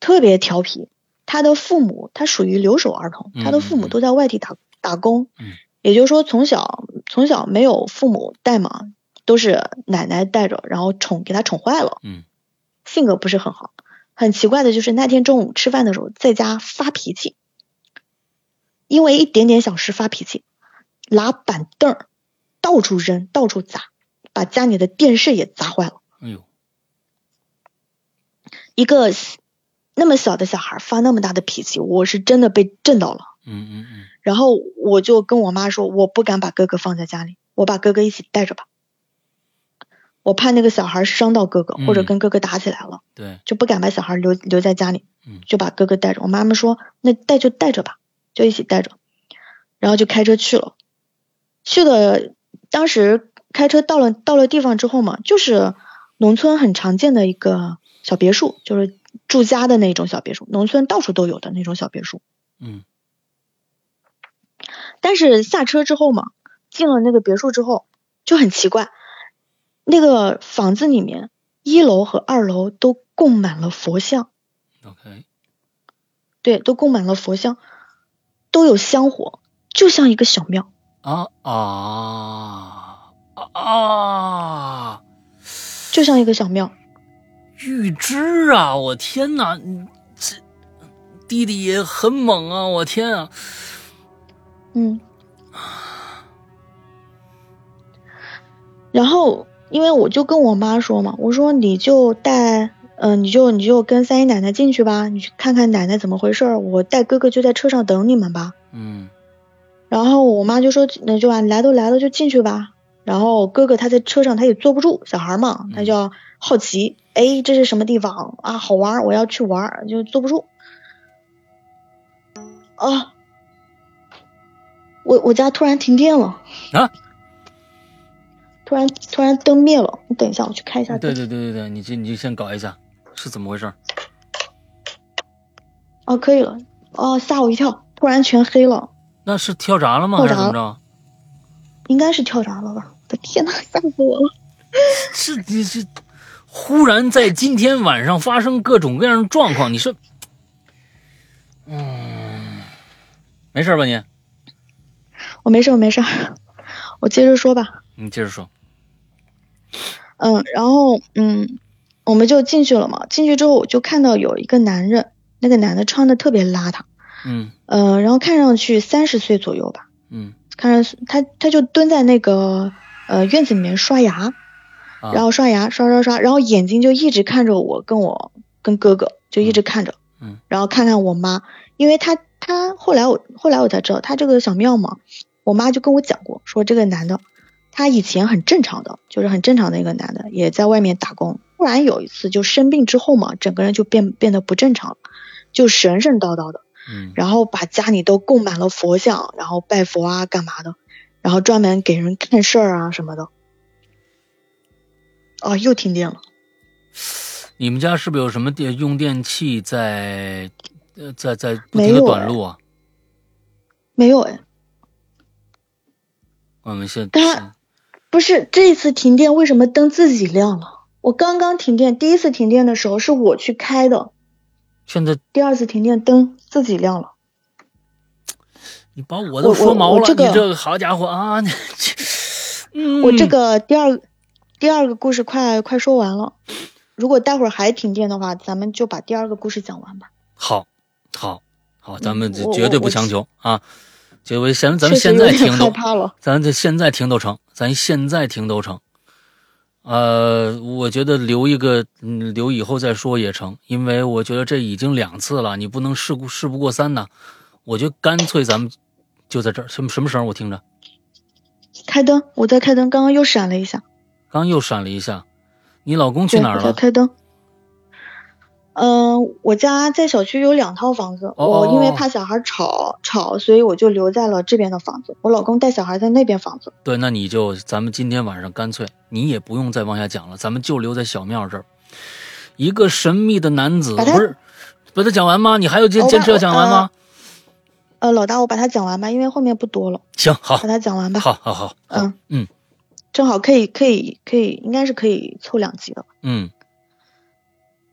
Speaker 2: 特别调皮。他的父母他属于留守儿童，
Speaker 1: 嗯
Speaker 2: 他的父母都在外地打打工
Speaker 1: 嗯，
Speaker 2: 也就是说从小从小没有父母带嘛，都是奶奶带着，然后宠给他宠坏了，
Speaker 1: 嗯
Speaker 2: 性格不是很好。很奇怪的就是那天中午吃饭的时候在家发脾气，因为一点点小事发脾气，拿板凳儿到处扔，到处砸，把家里的电视也砸坏了。
Speaker 1: 哎呦，
Speaker 2: 一个那么小的小孩儿发那么大的脾气，我是真的被震到了。
Speaker 1: 嗯嗯嗯
Speaker 2: 然后我就跟我妈说，我不敢把哥哥放在家里，我把哥哥一起带着吧，我怕那个小孩伤到哥哥，
Speaker 1: 嗯
Speaker 2: 或者跟哥哥打起来了，
Speaker 1: 对，
Speaker 2: 就不敢把小孩留留在家里
Speaker 1: 嗯，
Speaker 2: 就把哥哥带着。我妈妈说，那带就带着吧，就一起带着，然后就开车去了。去了，当时开车到了到了地方之后嘛，就是农村很常见的一个小别墅，就是住家的那种小别墅，农村到处都有的那种小别墅。
Speaker 1: 嗯
Speaker 2: 但是下车之后嘛，进了那个别墅之后就很奇怪，那个房子里面一楼和二楼都供满了佛像，
Speaker 1: ，OK，
Speaker 2: 对，都供满了佛像，都有香火，就像一个小庙。
Speaker 1: 啊啊啊啊！
Speaker 2: 就像一个小庙，
Speaker 1: 预知啊！我天哪，你这弟弟也很猛啊！我天啊！
Speaker 2: 嗯。然后，因为我就跟我妈说嘛，我说你就带，呃，你就你就跟三姨奶奶进去吧，你去看看奶奶怎么回事儿，我带哥哥就在车上等你们吧。
Speaker 1: 嗯
Speaker 2: 然后我妈就说：“那就啊，来都来了，就进去吧。”然后哥哥他在车上，他也坐不住，小孩嘛，
Speaker 1: 嗯
Speaker 2: 他就要好奇，哎，这是什么地方啊？好玩儿，我要去玩儿，就坐不住。啊，我我家突然停电了
Speaker 1: 啊！
Speaker 2: 突然突然灯灭了，你等一下，我去开一下
Speaker 1: 嗯对
Speaker 2: 灯
Speaker 1: 对。对对对，你这你就先搞一下，是怎么回事？
Speaker 2: 啊，可以了。哦，吓我一跳，突然全黑了，
Speaker 1: 那是跳闸了吗？还
Speaker 2: 跳
Speaker 1: 是
Speaker 2: 闸
Speaker 1: 怎么着？
Speaker 2: 应该是跳闸了吧？我的天呐，吓死我了！
Speaker 1: 是你是忽然在今天晚上发生各种各样的状况，你是，嗯，嗯没事吧你？
Speaker 2: 我没事儿， [laughs] 我没事儿，我接着说吧。
Speaker 1: 你接着说。
Speaker 2: 嗯，然后嗯，我们就进去了嘛。进去之后，我就看到有一个男人，那个男的穿的特别邋遢，
Speaker 1: 嗯
Speaker 2: 呃，然后看上去三十岁左右吧，
Speaker 1: 嗯
Speaker 2: 看上去他他就蹲在那个呃院子里面刷牙，
Speaker 1: 啊，
Speaker 2: 然后刷牙刷刷刷，然后眼睛就一直看着我跟我跟哥哥，就一直看着，
Speaker 1: 嗯嗯
Speaker 2: 然后看看我妈，因为他他后来我后来我才知道，他这个小庙嘛，我妈就跟我讲过，说这个男的，他以前很正常的，就是很正常的一个男的，也在外面打工，突然有一次就生病之后嘛，整个人就变变得不正常了，就神神叨叨的。
Speaker 1: 嗯
Speaker 2: 然后把家里都供满了佛像，然后拜佛啊，干嘛的，然后专门给人看事儿啊什么的。哦，又停电了。
Speaker 1: 你们家是不是有什么电用电器在呃在在不
Speaker 2: 没
Speaker 1: 停的
Speaker 2: 有
Speaker 1: 短
Speaker 2: 哎
Speaker 1: 路啊？
Speaker 2: 没有哎，
Speaker 1: 我们现
Speaker 2: 但是不是这一次停电，为什么灯自己亮了？我刚刚停电，第一次停电的时候是我去开的，
Speaker 1: 现在
Speaker 2: 第二次停电灯自己亮了。
Speaker 1: 你把我
Speaker 2: 我
Speaker 1: 都
Speaker 2: 我
Speaker 1: 说毛
Speaker 2: 我
Speaker 1: 了，
Speaker 2: 这个
Speaker 1: 你这个好家伙啊！你这嗯，
Speaker 2: 我这个第二第二个故事快快说完了，如果待会儿还停电的话，咱们就把第二个故事讲完吧。
Speaker 1: [laughs] 好，好，好，咱们
Speaker 2: 嗯
Speaker 1: 这
Speaker 2: 我
Speaker 1: 绝对
Speaker 2: 我
Speaker 1: 不
Speaker 2: 我
Speaker 1: 强
Speaker 2: 是
Speaker 1: 求啊！这我咱咱们
Speaker 2: 确
Speaker 1: 现
Speaker 2: 实有
Speaker 1: 在
Speaker 2: 点
Speaker 1: 听
Speaker 2: 害
Speaker 1: 都，
Speaker 2: 怕了。
Speaker 1: 咱这现在听都成，咱现在听都成。呃，我觉得留一个，嗯，留以后再说也成，因为我觉得这已经两次了，你不能事故事不过三呐。我觉得干脆咱们就在这儿，什么什么声儿我听着，
Speaker 2: 开灯，我在开灯，刚刚又闪了一下。
Speaker 1: 刚又闪了一下。你老公去
Speaker 2: 对，
Speaker 1: 哪儿
Speaker 2: 我在
Speaker 1: 了？
Speaker 2: 开灯。嗯、我家在小区有两套房子，
Speaker 1: 哦
Speaker 2: 我因为怕小孩吵吵，所以我就留在了这边的房子。我老公带小孩在那边房子。
Speaker 1: 对，那你就咱们今天晚上干脆你也不用再往下讲了，咱们就留在小庙这儿。一个神秘的男子，
Speaker 2: 把他
Speaker 1: 不是把他讲完吗？你还要坚
Speaker 2: 哦
Speaker 1: 坚持要讲完吗？
Speaker 2: 呃，老大，我把它讲完吧，因为后面不多了，
Speaker 1: 行，好，
Speaker 2: 把它讲完吧。
Speaker 1: 好，好，好，
Speaker 2: 嗯
Speaker 1: 嗯
Speaker 2: 正好可以可以可以，应该是可以凑两集的。
Speaker 1: 嗯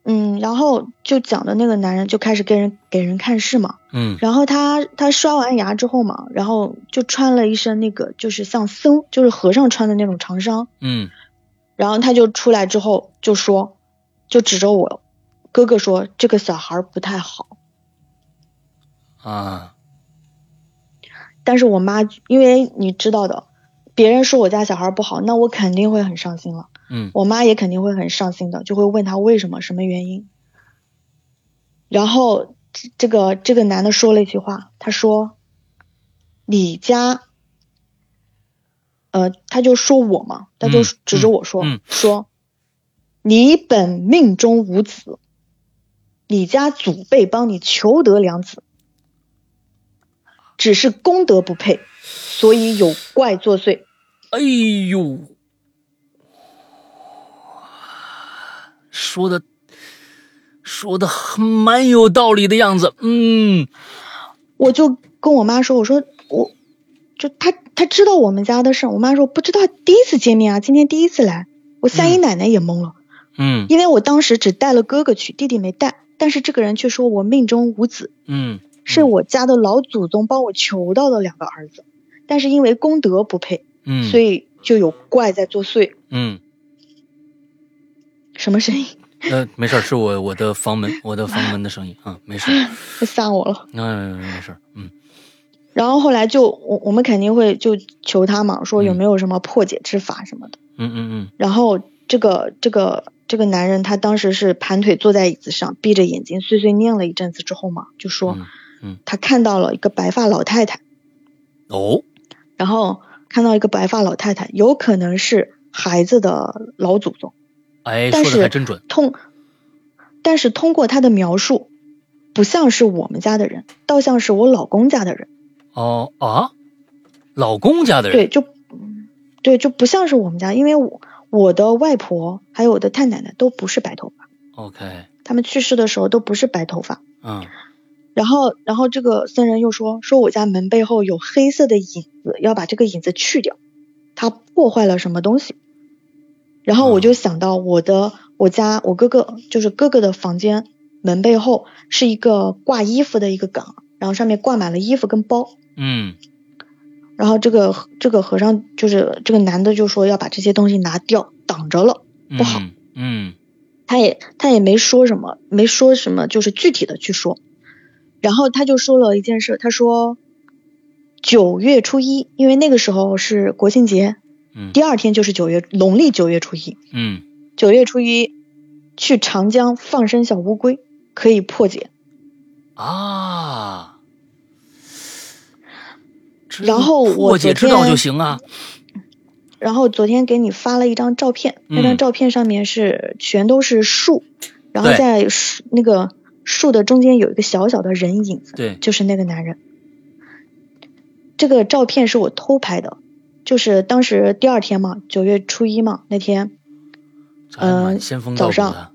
Speaker 2: 嗯，然后就讲的那个男人就开始给人给人看事嘛，
Speaker 1: 嗯
Speaker 2: 然后他他刷完牙之后嘛，然后就穿了一身那个就是像僧就是和尚穿的那种长衫，
Speaker 1: 嗯
Speaker 2: 然后他就出来之后就说，就指着我哥哥说这个小孩不太好，
Speaker 1: 啊，
Speaker 2: 但是我妈因为你知道的，别人说我家小孩不好，那我肯定会很伤心了，
Speaker 1: 嗯
Speaker 2: 我妈也肯定会很伤心的，就会问他为什么什么原因，然后这这个这个男的说了一句话，他说你家。呃，他就说我嘛，他就
Speaker 1: 嗯
Speaker 2: 指着我说、
Speaker 1: 嗯嗯
Speaker 2: 说，你本命中无子，你家祖辈帮你求得良子，只是功德不配，所以有怪作祟。
Speaker 1: 哎呦，说的说的蛮有道理的样子，嗯
Speaker 2: 我就跟我妈说，我说我，就她她知道我们家的事儿，我妈说不知道，第一次见面啊，今天第一次来，我三姨奶奶也懵了，
Speaker 1: 嗯
Speaker 2: 因为我当时只带了哥哥去，弟弟没带，但是这个人却说我命中无子，
Speaker 1: 嗯
Speaker 2: 是我家的老祖宗帮我求到的两个儿子，但是因为功德不配，
Speaker 1: 嗯，
Speaker 2: 所以就有怪在作祟。
Speaker 1: 嗯。
Speaker 2: 什么声音？
Speaker 1: 呃，没事儿，是我我的房门，我的房门的声音啊，没事儿，
Speaker 2: 吓我了。
Speaker 1: 那、没事儿，嗯
Speaker 2: 然后后来就我我们肯定会就求他嘛，说有
Speaker 1: 嗯
Speaker 2: 没有什么破解之法什么的。
Speaker 1: 嗯嗯
Speaker 2: 然后这个这个这个男人他当时是盘腿坐在椅子上，闭着眼睛碎碎念了一阵子之后嘛，就说、
Speaker 1: 嗯嗯
Speaker 2: 他看到了一个白发老太太，
Speaker 1: 嗯，哦，
Speaker 2: 然后看到一个白发老太太，有可能是孩子的老祖宗，
Speaker 1: 哎，
Speaker 2: 但
Speaker 1: 说的还
Speaker 2: 是
Speaker 1: 真准，
Speaker 2: 通，但是通过他的描述，不像是我们家的人，倒像是我老公家的人，
Speaker 1: 哦啊，老公家的人，
Speaker 2: 对，就对就不像是我们家，因为我我的外婆还有我的太奶奶都不是白头发，
Speaker 1: o k
Speaker 2: 他们去世的时候都不是白头发。
Speaker 1: 嗯
Speaker 2: 然后，然后这个僧人又说，说我家门背后有黑色的影子，要把这个影子去掉，它破坏了什么东西。然后我就想到我的，我家我哥哥就是哥哥的房间门背后是一个挂衣服的一个杆儿，然后上面挂满了衣服跟包。
Speaker 1: 嗯
Speaker 2: 然后这个这个和尚就是这个男的就说要把这些东西拿掉，挡着了。
Speaker 1: 嗯
Speaker 2: 不好
Speaker 1: 嗯
Speaker 2: 他也他也没说什么，没说什么，就是具体的去说。然后他就说了一件事，他说九月初一，因为那个时候是国庆节，
Speaker 1: 嗯
Speaker 2: 第二天就是九月农历九月初一，
Speaker 1: 嗯，
Speaker 2: 九月初一去长江放生小乌龟可以破解。
Speaker 1: 啊，这
Speaker 2: 然后我
Speaker 1: 破解之
Speaker 2: 昨
Speaker 1: 道
Speaker 2: 天
Speaker 1: 就行啊，
Speaker 2: 然后昨天给你发了一张照片，
Speaker 1: 嗯
Speaker 2: 那张照片上面是全都是树，然后
Speaker 1: 对
Speaker 2: 在树那个树的中间有一个小小的人影子，
Speaker 1: 对，
Speaker 2: 就是那个男人。这个照片是我偷拍的，就是当时第二天嘛，九月初一嘛，那天
Speaker 1: 这还蛮
Speaker 2: 呃
Speaker 1: 仙风道
Speaker 2: 早
Speaker 1: 骨
Speaker 2: 上
Speaker 1: 的，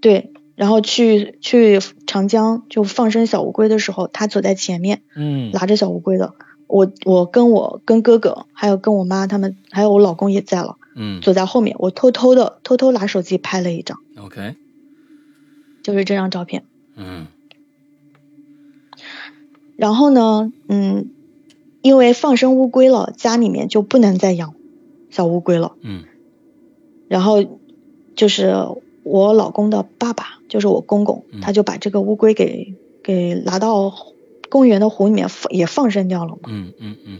Speaker 2: 对，然后去去长江就放生小乌龟的时候，他走在前面
Speaker 1: 嗯
Speaker 2: 拿着小乌龟的，我我跟我跟哥哥还有跟我妈他们还有我老公也在了，
Speaker 1: 嗯
Speaker 2: 走在后面，我偷偷的偷偷拿手机拍了一张，
Speaker 1: ，OK，
Speaker 2: 就是这张照片。
Speaker 1: 嗯
Speaker 2: 然后呢，嗯，因为放生乌龟了，家里面就不能再养小乌龟了。
Speaker 1: 嗯
Speaker 2: 然后就是我老公的爸爸，就是我公公
Speaker 1: 嗯，
Speaker 2: 他就把这个乌龟给给拿到公园的湖里面放也放生掉了嘛。
Speaker 1: 嗯嗯嗯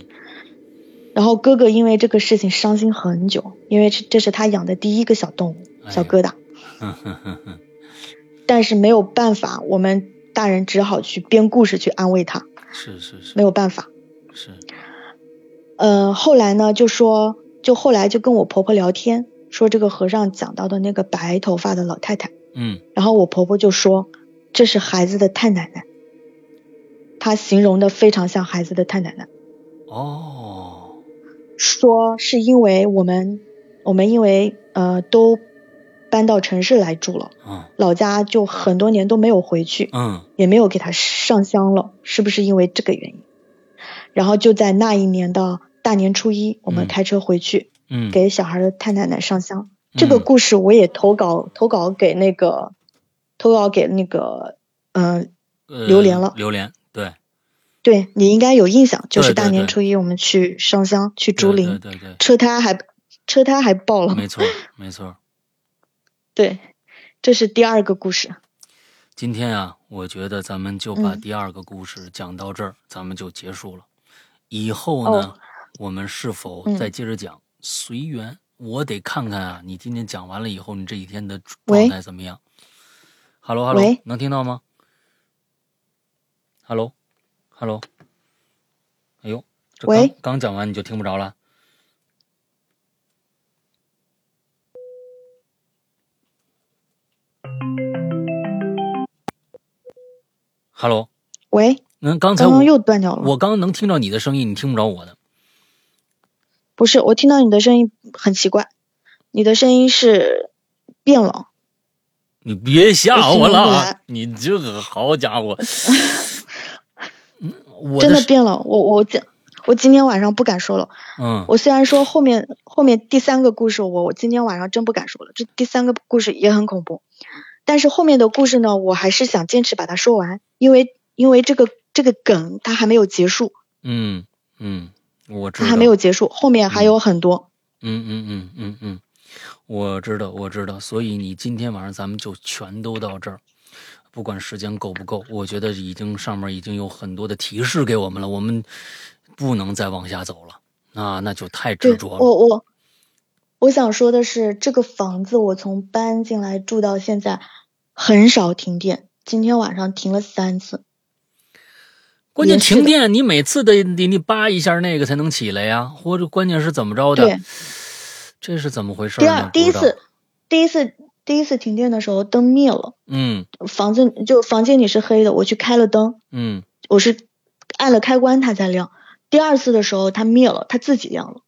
Speaker 2: 然后哥哥因为这个事情伤心很久，因为这这是他养的第一个小动物，
Speaker 1: 哎
Speaker 2: 小疙瘩。
Speaker 1: 哼哼哼哼，
Speaker 2: 但是没有办法，我们大人只好去编故事去安慰他，
Speaker 1: 是是是
Speaker 2: 没有办法。
Speaker 1: 是，
Speaker 2: 呃，后来呢，就说，就后来就跟我婆婆聊天，说这个和尚讲到的那个白头发的老太太，
Speaker 1: 嗯
Speaker 2: 然后我婆婆就说，这是孩子的太奶奶，她形容的非常像孩子的太奶奶，
Speaker 1: 哦，
Speaker 2: 说是因为我们，我们因为呃都搬到城市来住了，
Speaker 1: 嗯
Speaker 2: 老家就很多年都没有回去，
Speaker 1: 嗯
Speaker 2: 也没有给他上香了，是不是因为这个原因？然后就在那一年的大年初一，我
Speaker 1: 嗯
Speaker 2: 们开车回去、
Speaker 1: 嗯，
Speaker 2: 给小孩的太奶奶上香。这个
Speaker 1: 嗯
Speaker 2: 故事我也投稿投稿给那个投稿给那个嗯、呃
Speaker 1: 呃
Speaker 2: 榴莲了
Speaker 1: 榴莲对，
Speaker 2: 对你应该有印象，就是
Speaker 1: 对对
Speaker 2: 大年
Speaker 1: 对
Speaker 2: 初一我们去上香去
Speaker 1: 对
Speaker 2: 竹林，
Speaker 1: 对对对，
Speaker 2: 车胎还车胎还爆了。
Speaker 1: 没错没错，
Speaker 2: 对，这是第二个故事。
Speaker 1: 今天啊，我觉得咱们就把
Speaker 2: 嗯
Speaker 1: 第二个故事讲到这儿，咱们就结束了。以后呢，
Speaker 2: 哦
Speaker 1: 我们是否
Speaker 2: 嗯
Speaker 1: 再接着讲？随缘，我得看看啊，你今天讲完了以后，你这几天的状
Speaker 2: 喂
Speaker 1: 态怎么样？Hello Hello，
Speaker 2: 喂
Speaker 1: 能听到吗？Hello Hello，哎呦，这刚
Speaker 2: 喂
Speaker 1: 刚讲完你就听不着了。Hello，
Speaker 2: 喂，
Speaker 1: 那刚才
Speaker 2: 刚
Speaker 1: 我
Speaker 2: 刚又断掉了吗。
Speaker 1: 我刚刚能听到你的声音，你听不着我的。
Speaker 2: 不是，我听到你的声音很奇怪，你的声音是变了。
Speaker 1: 你别吓我了
Speaker 2: 我听不
Speaker 1: 啊
Speaker 2: 来！
Speaker 1: 你这个好家
Speaker 2: [laughs]
Speaker 1: 伙，嗯我
Speaker 2: 真
Speaker 1: 的
Speaker 2: 的
Speaker 1: 是
Speaker 2: 变了。我我今我今天晚上不敢说了。
Speaker 1: 嗯
Speaker 2: 我虽然说后面后面第三个故事我我今天晚上真不敢说了，这第三个故事也很恐怖。但是后面的故事呢，我还是想坚持把它说完，因为因为这个这个梗它还没有结束，
Speaker 1: 嗯嗯，我知
Speaker 2: 它
Speaker 1: 道，
Speaker 2: 还没有结束，后面还有很多。
Speaker 1: 嗯嗯嗯嗯嗯，我知道，我知道。所以你今天晚上咱们就全都到这儿，不管时间够不够，我觉得已经上面已经有很多的提示给我们了，我们不能再往下走了。啊，那就太执
Speaker 2: 对，哦
Speaker 1: 着了。
Speaker 2: 我我我想说的是，这个房子我从搬进来住到现在，很少停电，今天晚上停了三次。
Speaker 1: 关键
Speaker 2: 也是的
Speaker 1: 停电，你每次得得你扒一下那个才能起来呀，或者关键是怎么着的
Speaker 2: 对？，
Speaker 1: 这是怎么回事
Speaker 2: 第
Speaker 1: 呢？
Speaker 2: 二，第一
Speaker 1: 不知道
Speaker 2: 次，第一次，第一次停电的时候，灯灭了，
Speaker 1: 嗯
Speaker 2: 房子就房间里是黑的，我去开了灯，
Speaker 1: 嗯
Speaker 2: 我是按了开关它才亮。第二次的时候它灭了，它自己亮了。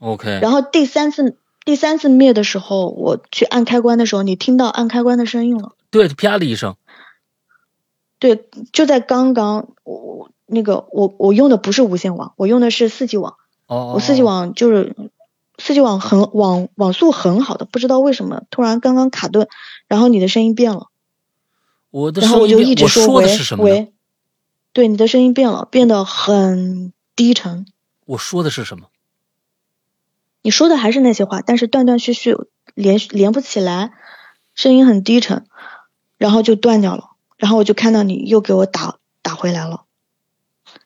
Speaker 1: ，OK，
Speaker 2: 然后第三次，第三次灭的时候，我去按开关的时候，你听到按开关的声音了。
Speaker 1: 对，啪的一声，
Speaker 2: 对，就在刚刚，我我那个我我用的不是无线网，我用的是四 G 网。
Speaker 1: 哦，
Speaker 2: 我四 G 网就是四 G 网很网网速很好的，不知道为什么突然刚刚卡顿，然后你的声音变了，
Speaker 1: 我的
Speaker 2: 然
Speaker 1: 声
Speaker 2: 后我就
Speaker 1: 音
Speaker 2: 一
Speaker 1: 变，
Speaker 2: 直
Speaker 1: 我说的
Speaker 2: 喂
Speaker 1: 是什么呢？
Speaker 2: 喂，对，你的声音变了，变得很低沉，
Speaker 1: 我说的是什么？
Speaker 2: 你说的还是那些话，但是断断续续连续连不起来，声音很低沉，然后就断掉了，然后我就看到你又给我打打回来了。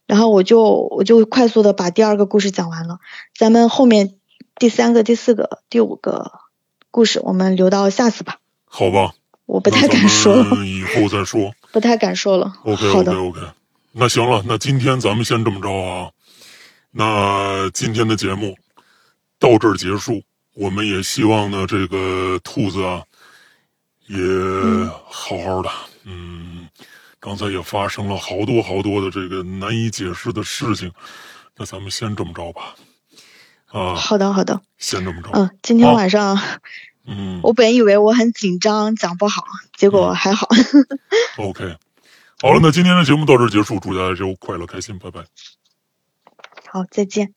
Speaker 2: 然后我就我就快速的把第二个故事讲完了，咱们后面第三个、第四个、第五个故事我们留到下次吧，
Speaker 3: 好吧，
Speaker 2: 我不
Speaker 3: 那
Speaker 2: 太
Speaker 3: 咱
Speaker 2: 敢
Speaker 3: 们
Speaker 2: 说了，
Speaker 3: 以后再
Speaker 2: [laughs]
Speaker 3: 说。
Speaker 2: 不太敢说了。
Speaker 3: OK
Speaker 2: 好
Speaker 3: OK
Speaker 2: 的，
Speaker 3: OK，那行了，那今天咱们先这么着啊。那今天的节目到这儿结束，我们也希望呢，这个兔子啊，也好好的，嗯，刚才也发生了好多好多的这个难以解释的事情，那咱们先这么着吧，啊，
Speaker 2: 好的，好的，
Speaker 3: 先这么着，
Speaker 2: 嗯，今天
Speaker 3: 好
Speaker 2: 晚上
Speaker 3: 嗯
Speaker 2: 我本以为我很紧张，讲不好，结果还好。 [laughs]
Speaker 3: ，OK，好了，那今天的节目到这儿结束，祝大家周快乐开心，拜拜。
Speaker 2: 好，再见。